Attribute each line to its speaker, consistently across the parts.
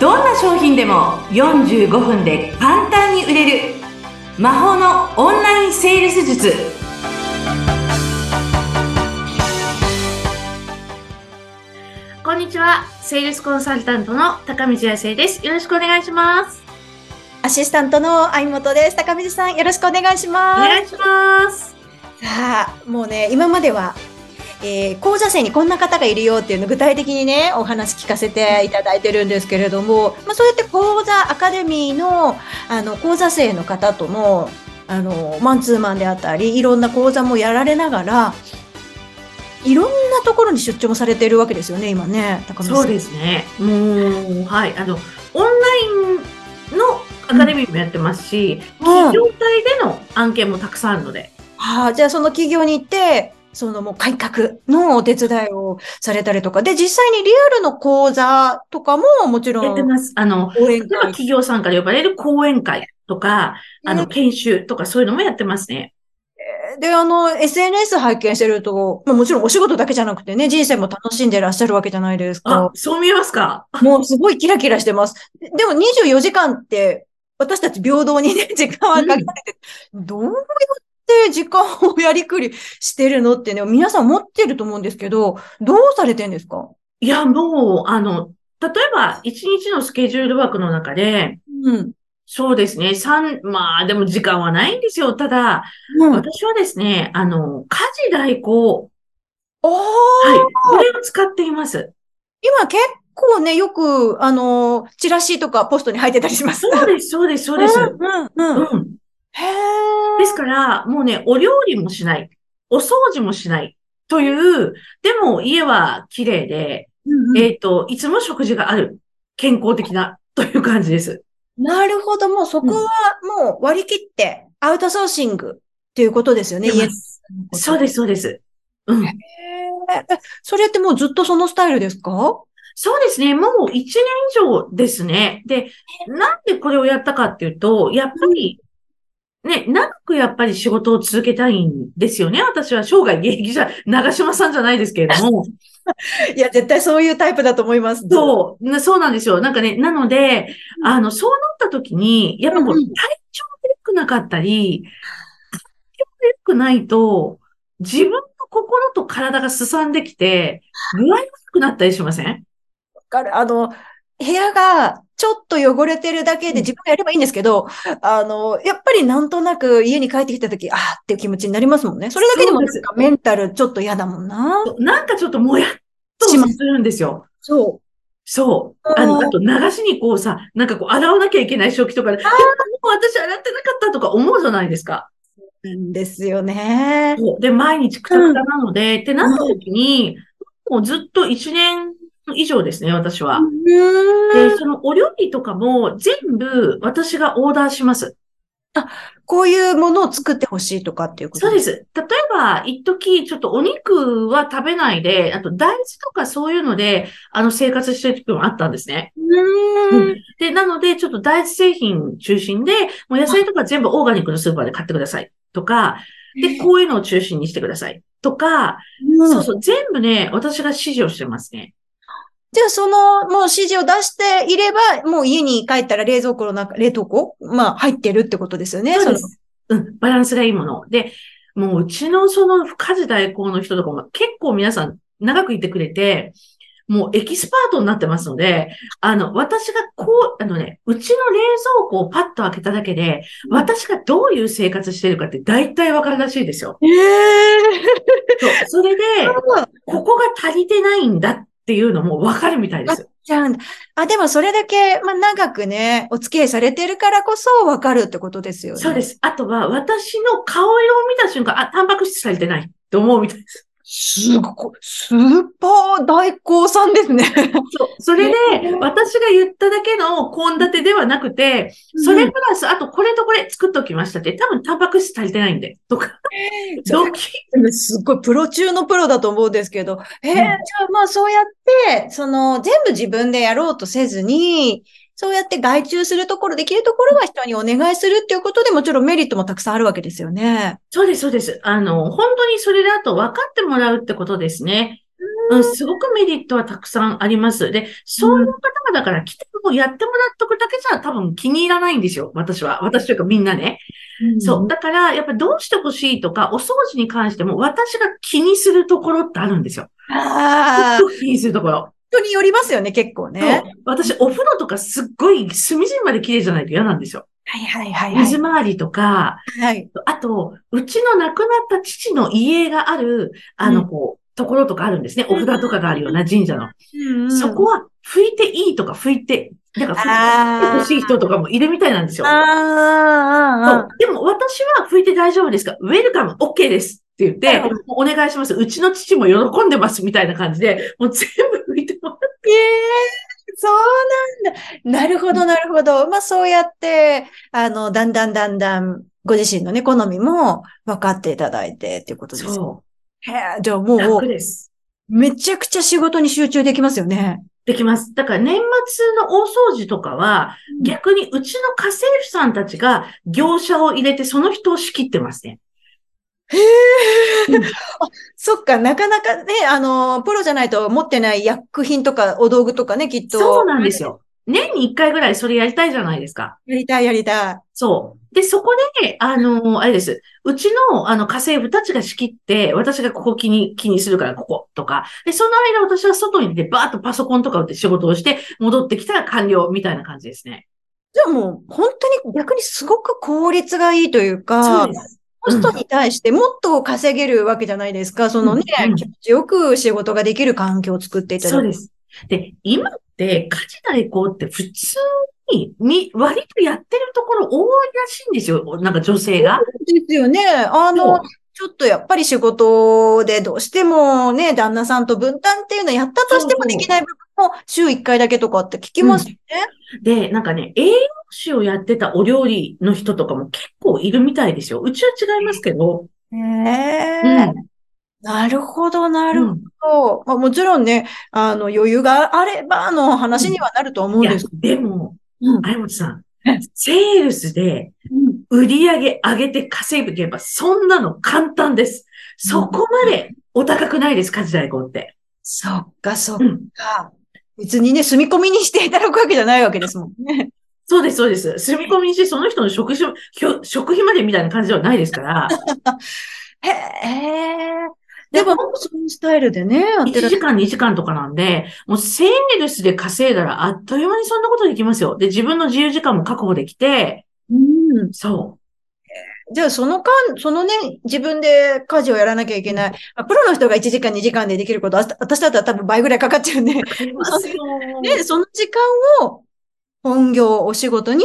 Speaker 1: どんな商品でも45分で簡単に売れる魔法のオンラインセールス術
Speaker 2: こんにちは。セールスコンサルタントの高道彩生です。よろしくお願いします。
Speaker 3: アシスタントの相本です。高水さん、よろしくお願いし
Speaker 2: お
Speaker 3: ま
Speaker 2: 願いします。
Speaker 3: す。さあ、もうね、今までは、えー、講座生にこんな方がいるよっていうの具体的にね、お話聞かせていただいてるんですけれども、まあ、そうやって講座アカデミーの、あの、講座生の方とも、あの、マンツーマンであったり、いろんな講座もやられながら、いろんなところに出張もされているわけですよね、今ね、高水さん。
Speaker 2: そうですね。もう、はい。あの、オンラインのアカデミーもやってますし、
Speaker 3: うん
Speaker 2: 企業体での案件もたくさんあるので。
Speaker 3: はあ、じゃあその企業に行って、そのもう改革のお手伝いをされたりとか。で、実際にリアルの講座とかももちろ
Speaker 2: やって
Speaker 3: ん
Speaker 2: ます。あの、
Speaker 3: 応援
Speaker 2: 例えば
Speaker 3: 会。
Speaker 2: 企業さんから呼ばれる講演会とか、あの、
Speaker 3: ね
Speaker 2: 研修とかそういうのもやってますね。
Speaker 3: で、あの、SNS 拝見してると、まあ、もちろんお仕事だけじゃなくてね、人生も楽しんでらっしゃるわけじゃないです
Speaker 2: あ
Speaker 3: か、。
Speaker 2: そう見えますか
Speaker 3: もうすごいキラキラしてます。ででも24時間って、私たち平等にね、 時間はかかれて、どうやって時間をやりくりしてるのってね、皆さん持ってると思うんですけど、どうされてんですか
Speaker 2: いや、もう、あの、例えば、一日のスケジュール枠の中で、
Speaker 3: うん。
Speaker 2: そうですね。三、まあ、でも時間はないんですよ。ただ、
Speaker 3: うん。
Speaker 2: 私はですね、あの、家事代行、
Speaker 3: おー、
Speaker 2: はい、これを使っています。
Speaker 3: 今結構ね、よく、あのーチラシとかポストに入ってたりします。
Speaker 2: そうです、そうです、そうです。
Speaker 3: んうん
Speaker 2: う
Speaker 3: うん。
Speaker 2: ん。
Speaker 3: へー
Speaker 2: ですから、もうね、お料理もしない、お掃除もしない、という、でも家は綺麗で、
Speaker 3: うんうん
Speaker 2: えっと、いつも食事がある、健康的な、という感じです。
Speaker 3: なるほど、もうそこはもう割り切ってアウトソーシングっていうことですよね、
Speaker 2: 出
Speaker 3: 家
Speaker 2: まそ
Speaker 3: そう
Speaker 2: です、そうです。うん。
Speaker 3: それってもうずっとそのスタイルですか
Speaker 2: そうですね。もう一年以上ですね。で、なんでこれをやったかっていうと、やっぱり、ね、長くやっぱり仕事を続けたいんですよね。私は生涯現役じゃ、長島さんじゃないですけれど も。
Speaker 3: いや、絶対そういうタイプだと思います。う。
Speaker 2: そう、なそうなんですよ。なんかね、なので、
Speaker 3: うん
Speaker 2: あの、そうなった時に、やっぱこう、
Speaker 3: うんう
Speaker 2: 体
Speaker 3: ん
Speaker 2: 調が良くなかったり、体調が良くないと、自分の心と体がすさんできて、具合が悪くなったりしません
Speaker 3: あの、部屋がちょっと汚れてるだけで自分がやればいいんですけど、あの、やっぱりなんとなく家に帰ってきたとき、あーっていう気持ちになりますもんね。それだけで
Speaker 2: そ
Speaker 3: も
Speaker 2: う
Speaker 3: な
Speaker 2: です
Speaker 3: んかメンタルちょっと嫌だもんな。
Speaker 2: なんかちょっともやっとす
Speaker 3: します
Speaker 2: るんですよ。
Speaker 3: そう。
Speaker 2: そう。あ
Speaker 3: あー
Speaker 2: の、あと流しにこうさ、なんかこう洗わなきゃいけない食器とかで、でももう私洗ってなかったとか思うじゃないですか。
Speaker 3: なんですよね。
Speaker 2: そうで、毎日くたくたなので、ってなった時に、もうずっと1年以上ですね、私は。で、そのお料理とかも全部私がオーダーします。
Speaker 3: こういうものを作ってほしいとかっていうこと。
Speaker 2: そうですす。例えば、一時ちょっとお肉は食べないで、あと大豆とかそういうので、あの生活してる時もあったんですね。うんで、なので、ちょっと大豆製品中心で、もう野菜とか全部オーガニックのスーパーで買ってください。とか、で、こういうのを中心にしてください。とか、
Speaker 3: うん
Speaker 2: そうそう、全部ね、私が指示をしてますね。
Speaker 3: じゃあ、その、もう指示を出していれば、もう家に帰ったら冷蔵庫の中、冷凍庫まあ、入ってるってことですよね。
Speaker 2: そうです。うん、バランスがいいもの。で、もううちのその家事代行の人とかも結構皆さん長くいてくれて、もうエキスパートになってますので、あの、私がこう、あのね、うちの冷蔵庫をパッと開けただけで、
Speaker 3: うん
Speaker 2: 私がどういう生活してるかって大体わかるらしいですよ。
Speaker 3: ええ
Speaker 2: そう。それで、ここが足りてないんだっていうのもわかるみたいです。
Speaker 3: じゃあ、あ、でもそれだけ、まあ、長くね、お付き合いされてるからこそわかるってことですよね。
Speaker 2: そうです。あとは、私の顔色を見た瞬間、あ、タンパク質足りてないって思うみたいです。
Speaker 3: すごい、スーパー大工さんですね。
Speaker 2: そう。それで、私が言っただけの献立ではなくて、それプラス、あとこれとこれ作っときましたって、多分タンパク質足りてないんで、とか、ドッキリ
Speaker 3: でもすっごいプロ中のプロだと思うんですけど、えー
Speaker 2: うん
Speaker 3: じゃあまあそうやって、その全部自分でやろうとせずに、そうやって外注するところ、できるところは人にお願いするっていうことでもちろんメリットもたくさんあるわけですよね。
Speaker 2: そうです、そうです。あの、本当にそれだと分かってもらうってことですね。うん、すごくメリットはたくさんあります。で、そういう方々だから来てもやってもらっとくだけじゃ多分気に入らないんですよ。私は。私というかみんなね。そう。だから、やっぱどうしてほしいとか、お掃除に関しても私が気にするところってあるんですよ。
Speaker 3: ああ、
Speaker 2: すごく気にするところ。
Speaker 3: 人によりますよね、結構
Speaker 2: そう
Speaker 3: ね。。
Speaker 2: 私、お風呂とかすっごい隅々まで綺麗じゃないと嫌なんですよ。
Speaker 3: はいはいはいは
Speaker 2: 水回りとか、
Speaker 3: い。はい。
Speaker 2: あと、うちの亡くなった父の遺影がある、あ
Speaker 3: う
Speaker 2: の、こう、ところとかあるんですね。お札とかがあるような神社の。そこ
Speaker 3: は、
Speaker 2: は拭いていいとか拭いて、なんか拭いて
Speaker 3: あ
Speaker 2: ほしい人とかもいるみたいなんですよ。
Speaker 3: あ、
Speaker 2: そ
Speaker 3: あ
Speaker 2: うでも私は拭いて大丈夫ですかウェルカム OK ですって言って、
Speaker 3: なる
Speaker 2: お願いします。うちの父も喜んでますみたいな感じで、もう全部拭いてもらって。
Speaker 3: ええそうなんだ。なるほど、なるほど。まあ、そうやって、あの、だんだんだんだん、ご自身のね、好みも分かっていただいてっていうことですよ。
Speaker 2: そ
Speaker 3: へえ、じゃあ
Speaker 2: う。
Speaker 3: も
Speaker 2: 楽
Speaker 3: う、
Speaker 2: です。
Speaker 3: めちゃくちゃ仕事に集中できますよね。
Speaker 2: できます。だから年末の大掃除とかは、
Speaker 3: うん
Speaker 2: 逆にうちの家政婦さんたちが業者を入れてその人を仕切ってますね。
Speaker 3: そっか、なかなかね、あの、プロじゃないと持ってない薬品とかお道具とかね、きっと。
Speaker 2: そうなんですよ。年に一回ぐらいそれやりたいじゃないですか。
Speaker 3: やりたい、やりたい。
Speaker 2: そう。で、そこで、あのあれです。うちの、あの、家政婦たちが仕切って、私がここ気に、気にするからこことか。で、その間私は外に出て、バーッとパソコンとか打って仕事をして、戻ってきたら完了みたいな感じですね。
Speaker 3: じゃあもう、本当に逆にすごく効率がいいというか、
Speaker 2: そうです。
Speaker 3: コストに対してもっと稼げるわけじゃないですか。そのね、
Speaker 2: うんうん
Speaker 3: 気持ちよく仕事ができる環境を作っていただく。
Speaker 2: そうです。で、今って家事代行って普通に、み、割とやってるところ多いらしいんですよ。なんか女性が。
Speaker 3: ですよね。あの、ちょっとやっぱり仕事でどうしてもね、旦那さんと分担っていうのやったとしても
Speaker 2: そう
Speaker 3: で
Speaker 2: そう
Speaker 3: きない部分も週1回だけとかって聞きますよね。
Speaker 2: で、なんかね、栄養士をやってたお料理の人とかも結構いるみたいですよ。うちは違いますけど。
Speaker 3: へ
Speaker 2: うん
Speaker 3: えなるほど、なる
Speaker 2: う
Speaker 3: ほ
Speaker 2: ん
Speaker 3: ど。まあ、もちろんね、あの、余裕があればの話にはなると思うん
Speaker 2: いや
Speaker 3: です
Speaker 2: で
Speaker 3: け、
Speaker 2: も、
Speaker 3: ど。
Speaker 2: 有本さん
Speaker 3: え、
Speaker 2: セールスで
Speaker 3: うん
Speaker 2: 売り上げ上げて稼ぐけば、そんなの簡単です。そこまでお高くないです、家事代行って。
Speaker 3: そっか、そっ
Speaker 2: うん。
Speaker 3: か。別にね、住み込みにしていただくわけじゃないわけですもんね。
Speaker 2: そうです、そうです。住み込みにして、その人の食費、ひょ食費までみたいな感じではないです から、
Speaker 3: へえ。でも、そのスタイルでね、やっ
Speaker 2: 1
Speaker 3: てらっしゃ
Speaker 2: 時
Speaker 3: る。
Speaker 2: 間、2時間とかなんで、もうセールスで稼いだらあっという間にそんなことできますよ。で、自分の自由時間も確保できて、
Speaker 3: うん。
Speaker 2: そ
Speaker 3: じゃあ、その間、そのね、自分で家事をやらなきゃいけない。まあプロの人が1時間、2時間でできること、あ私だったら多分倍ぐらいかかっちゃうんで。
Speaker 2: う。で
Speaker 3: ますよで、その時間を、本業、お仕事に、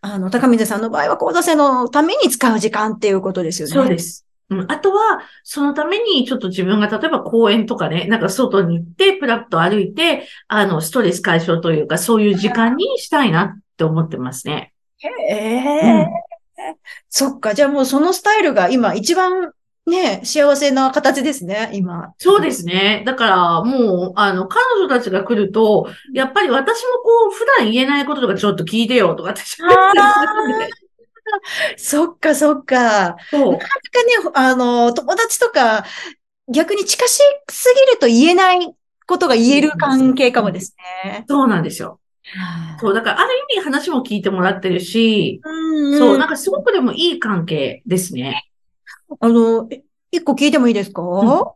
Speaker 3: あの、高水さんの場合は、講座生のために使う時間っていうことですよね。
Speaker 2: そうです。うん、あとは、そのために、ちょっと自分が例えば公園とかね、なんか外に行って、プラッと歩いて、あの、ストレス解消というか、そういう時間にしたいなって思ってますね。
Speaker 3: え
Speaker 2: うん
Speaker 3: えそっか。じゃあもうそのスタイルが今一番ね、幸せな形ですね、今。
Speaker 2: そうですね。だから、もう、あの、彼女たちが来ると、やっぱり私もこう、普段言えないこととかちょっと聞いてよとかって喋ったりす
Speaker 3: そっか、そっか。
Speaker 2: るんで。そう。
Speaker 3: なんかね、あの、友達とか、逆に近しすぎると言えないことが言える関係かもですね。
Speaker 2: そうなんですよ。そう。だから、ある意味話も聞いてもらってるし、
Speaker 3: うんうん
Speaker 2: そう。なんかすごくでもいい関係ですね。
Speaker 3: あの、え一個聞いてもいいですか、講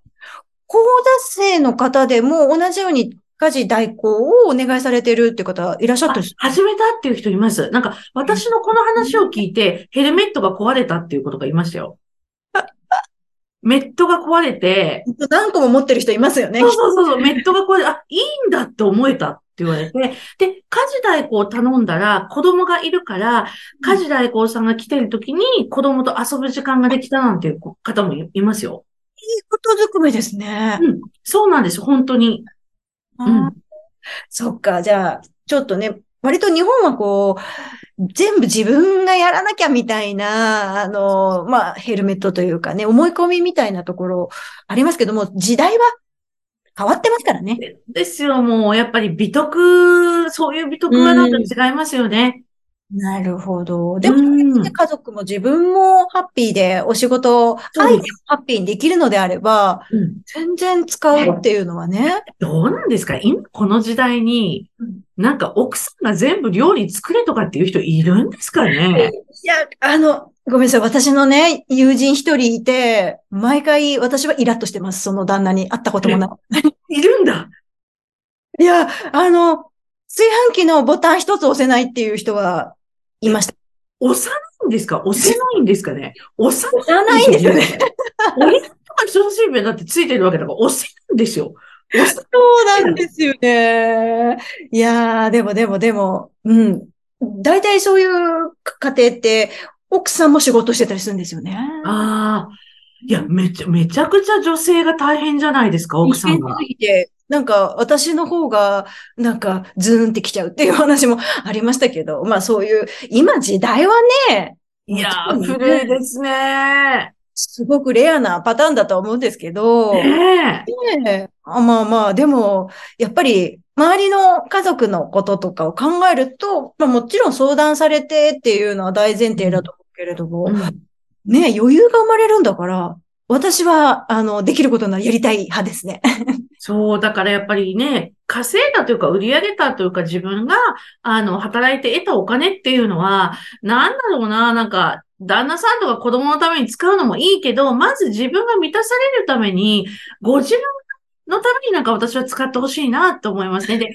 Speaker 3: 座生の方でも同じように家事代行をお願いされてるって方いらっしゃっ
Speaker 2: あ
Speaker 3: たんです
Speaker 2: 始めたっていう人います。なんか、私のこの話を聞いて、ヘルメットが壊れたっていうことがいましたよ。メットが壊れて、
Speaker 3: 何個も持ってる人いますよね。
Speaker 2: そうそうそうそう、メットがこれ、あ、いいんだって思えたって言われて、で、家事代行を頼んだら、子供がいるから、家事代行さんが来てる時に、子供と遊ぶ時間ができたなんていう方もいいますよ。
Speaker 3: いいことずくめですね。
Speaker 2: うん。そうなんです、本当に。うん
Speaker 3: あーそっか、じゃあ、ちょっとね、割と日本はこう、全部自分がやらなきゃみたいな、あの、まあ、ヘルメットというかね、思い込みみたいなところありますけども、時代は変わってますからね。
Speaker 2: ですよ、もう、やっぱり美徳、そういう美徳はなんか違いますよね。
Speaker 3: なるほど。でも、
Speaker 2: うん
Speaker 3: 家族も自分もハッピーで、お仕
Speaker 2: そ
Speaker 3: 事、
Speaker 2: う
Speaker 3: 相手
Speaker 2: で
Speaker 3: もハッピーにできるのであれば、
Speaker 2: うん
Speaker 3: 全然使うっていうのはね。
Speaker 2: どうなんですか今、この時代に
Speaker 3: うん、
Speaker 2: なんか奥さんが全部料理作れとかっていう人いるんですかね
Speaker 3: いや、あの、ごめんなさい。私のね、友人一人いて、毎回私はイラッとしてます。その旦那に会ったこともない
Speaker 2: るんだ。
Speaker 3: い。いや、あの、炊飯器のボタン一つ押せないっていう人はいました。
Speaker 2: 押さないんですか押せないんですかね押さ
Speaker 3: 知らないんですよね。。
Speaker 2: お肉とか味噌汁麺だってついてるわけだから押せるんですよ。押さ
Speaker 3: そうなんですよね。いやー、でもでもでも、うん。大体そういう家庭って、奥さんも仕事してたりするんですよね。
Speaker 2: ああ。いや、めちゃ、めちゃくちゃ女性が大変じゃないですか、奥さんが
Speaker 3: 一。緒に過ぎてなんか、私の方が、なんか、ズーンってきちゃうっていう話もありましたけど、まあそういう、今時代はね、
Speaker 2: いや
Speaker 3: も
Speaker 2: ー、
Speaker 3: う特に
Speaker 2: 古いですね。
Speaker 3: すごくレアなパターンだとは思うんですけど、
Speaker 2: ねえ。
Speaker 3: ねえあまあまあ、でも、やっぱり、周りの家族のこととかを考えると、まあもちろん相談されてっていうのは大前提だと思うけれども、
Speaker 2: うん
Speaker 3: ねえ余裕が生まれるんだから、私は、あの、できることならやりたい派ですね。
Speaker 2: そう、だからやっぱりね、稼いだというか、売り上げたというか、自分が、あの、働いて得たお金っていうのは、なんだろうな、なんか、旦那さんとか子供のために使うのもいいけど、まず自分が満たされるために、ご自分のためになんか私は使ってほしいなと思いますね。で、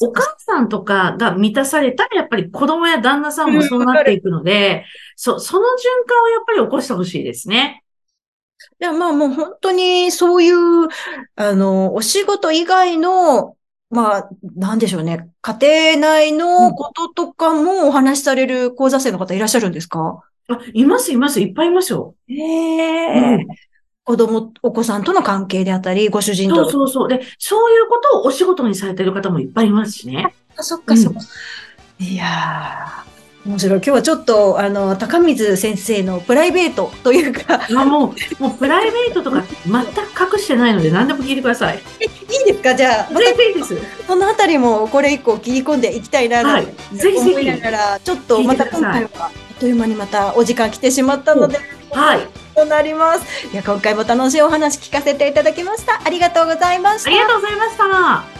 Speaker 2: お母さんとかが満たされたら、やっぱり子供や旦那さんもそうなっていくので、そ、その循環をやっぱり起こしてほしいですね。
Speaker 3: いや、まあもう本当にそういう、あの、お仕事以外の、まあ、なんでしょうね。家庭内のこととかもお話しされる講座生の方いらっしゃるんですか
Speaker 2: あ、います、います、いっぱいいますよ。
Speaker 3: え
Speaker 2: う
Speaker 3: え
Speaker 2: ん
Speaker 3: 子供、お子さんとの関係であったり、ご主人と
Speaker 2: そ
Speaker 3: の。
Speaker 2: うそうそう。で、そういうことをお仕事にされてる方もいっぱいいますし ね。
Speaker 3: あそっかそっか。いやー、面白い。今日はちょっと、あの、高水先生のプライベートというか、
Speaker 2: あもう、もうプライベートとか全く隠してないので何でも聞いてください。
Speaker 3: いいですかじゃ あ、ま
Speaker 2: 全然いいです。
Speaker 3: たそのあたりもこれ以降切り込んでいきたいな、
Speaker 2: は
Speaker 3: なん
Speaker 2: い
Speaker 3: て。
Speaker 2: ぜひぜ
Speaker 3: 思いな
Speaker 2: ひ。
Speaker 3: がら、ちょっとまた今回は、あっという間にまたお時間来てしまったので、
Speaker 2: はい。
Speaker 3: となります。いや、今回も楽しいお話聞かせていただきました。ありがとうございました
Speaker 2: あり。がとうございました。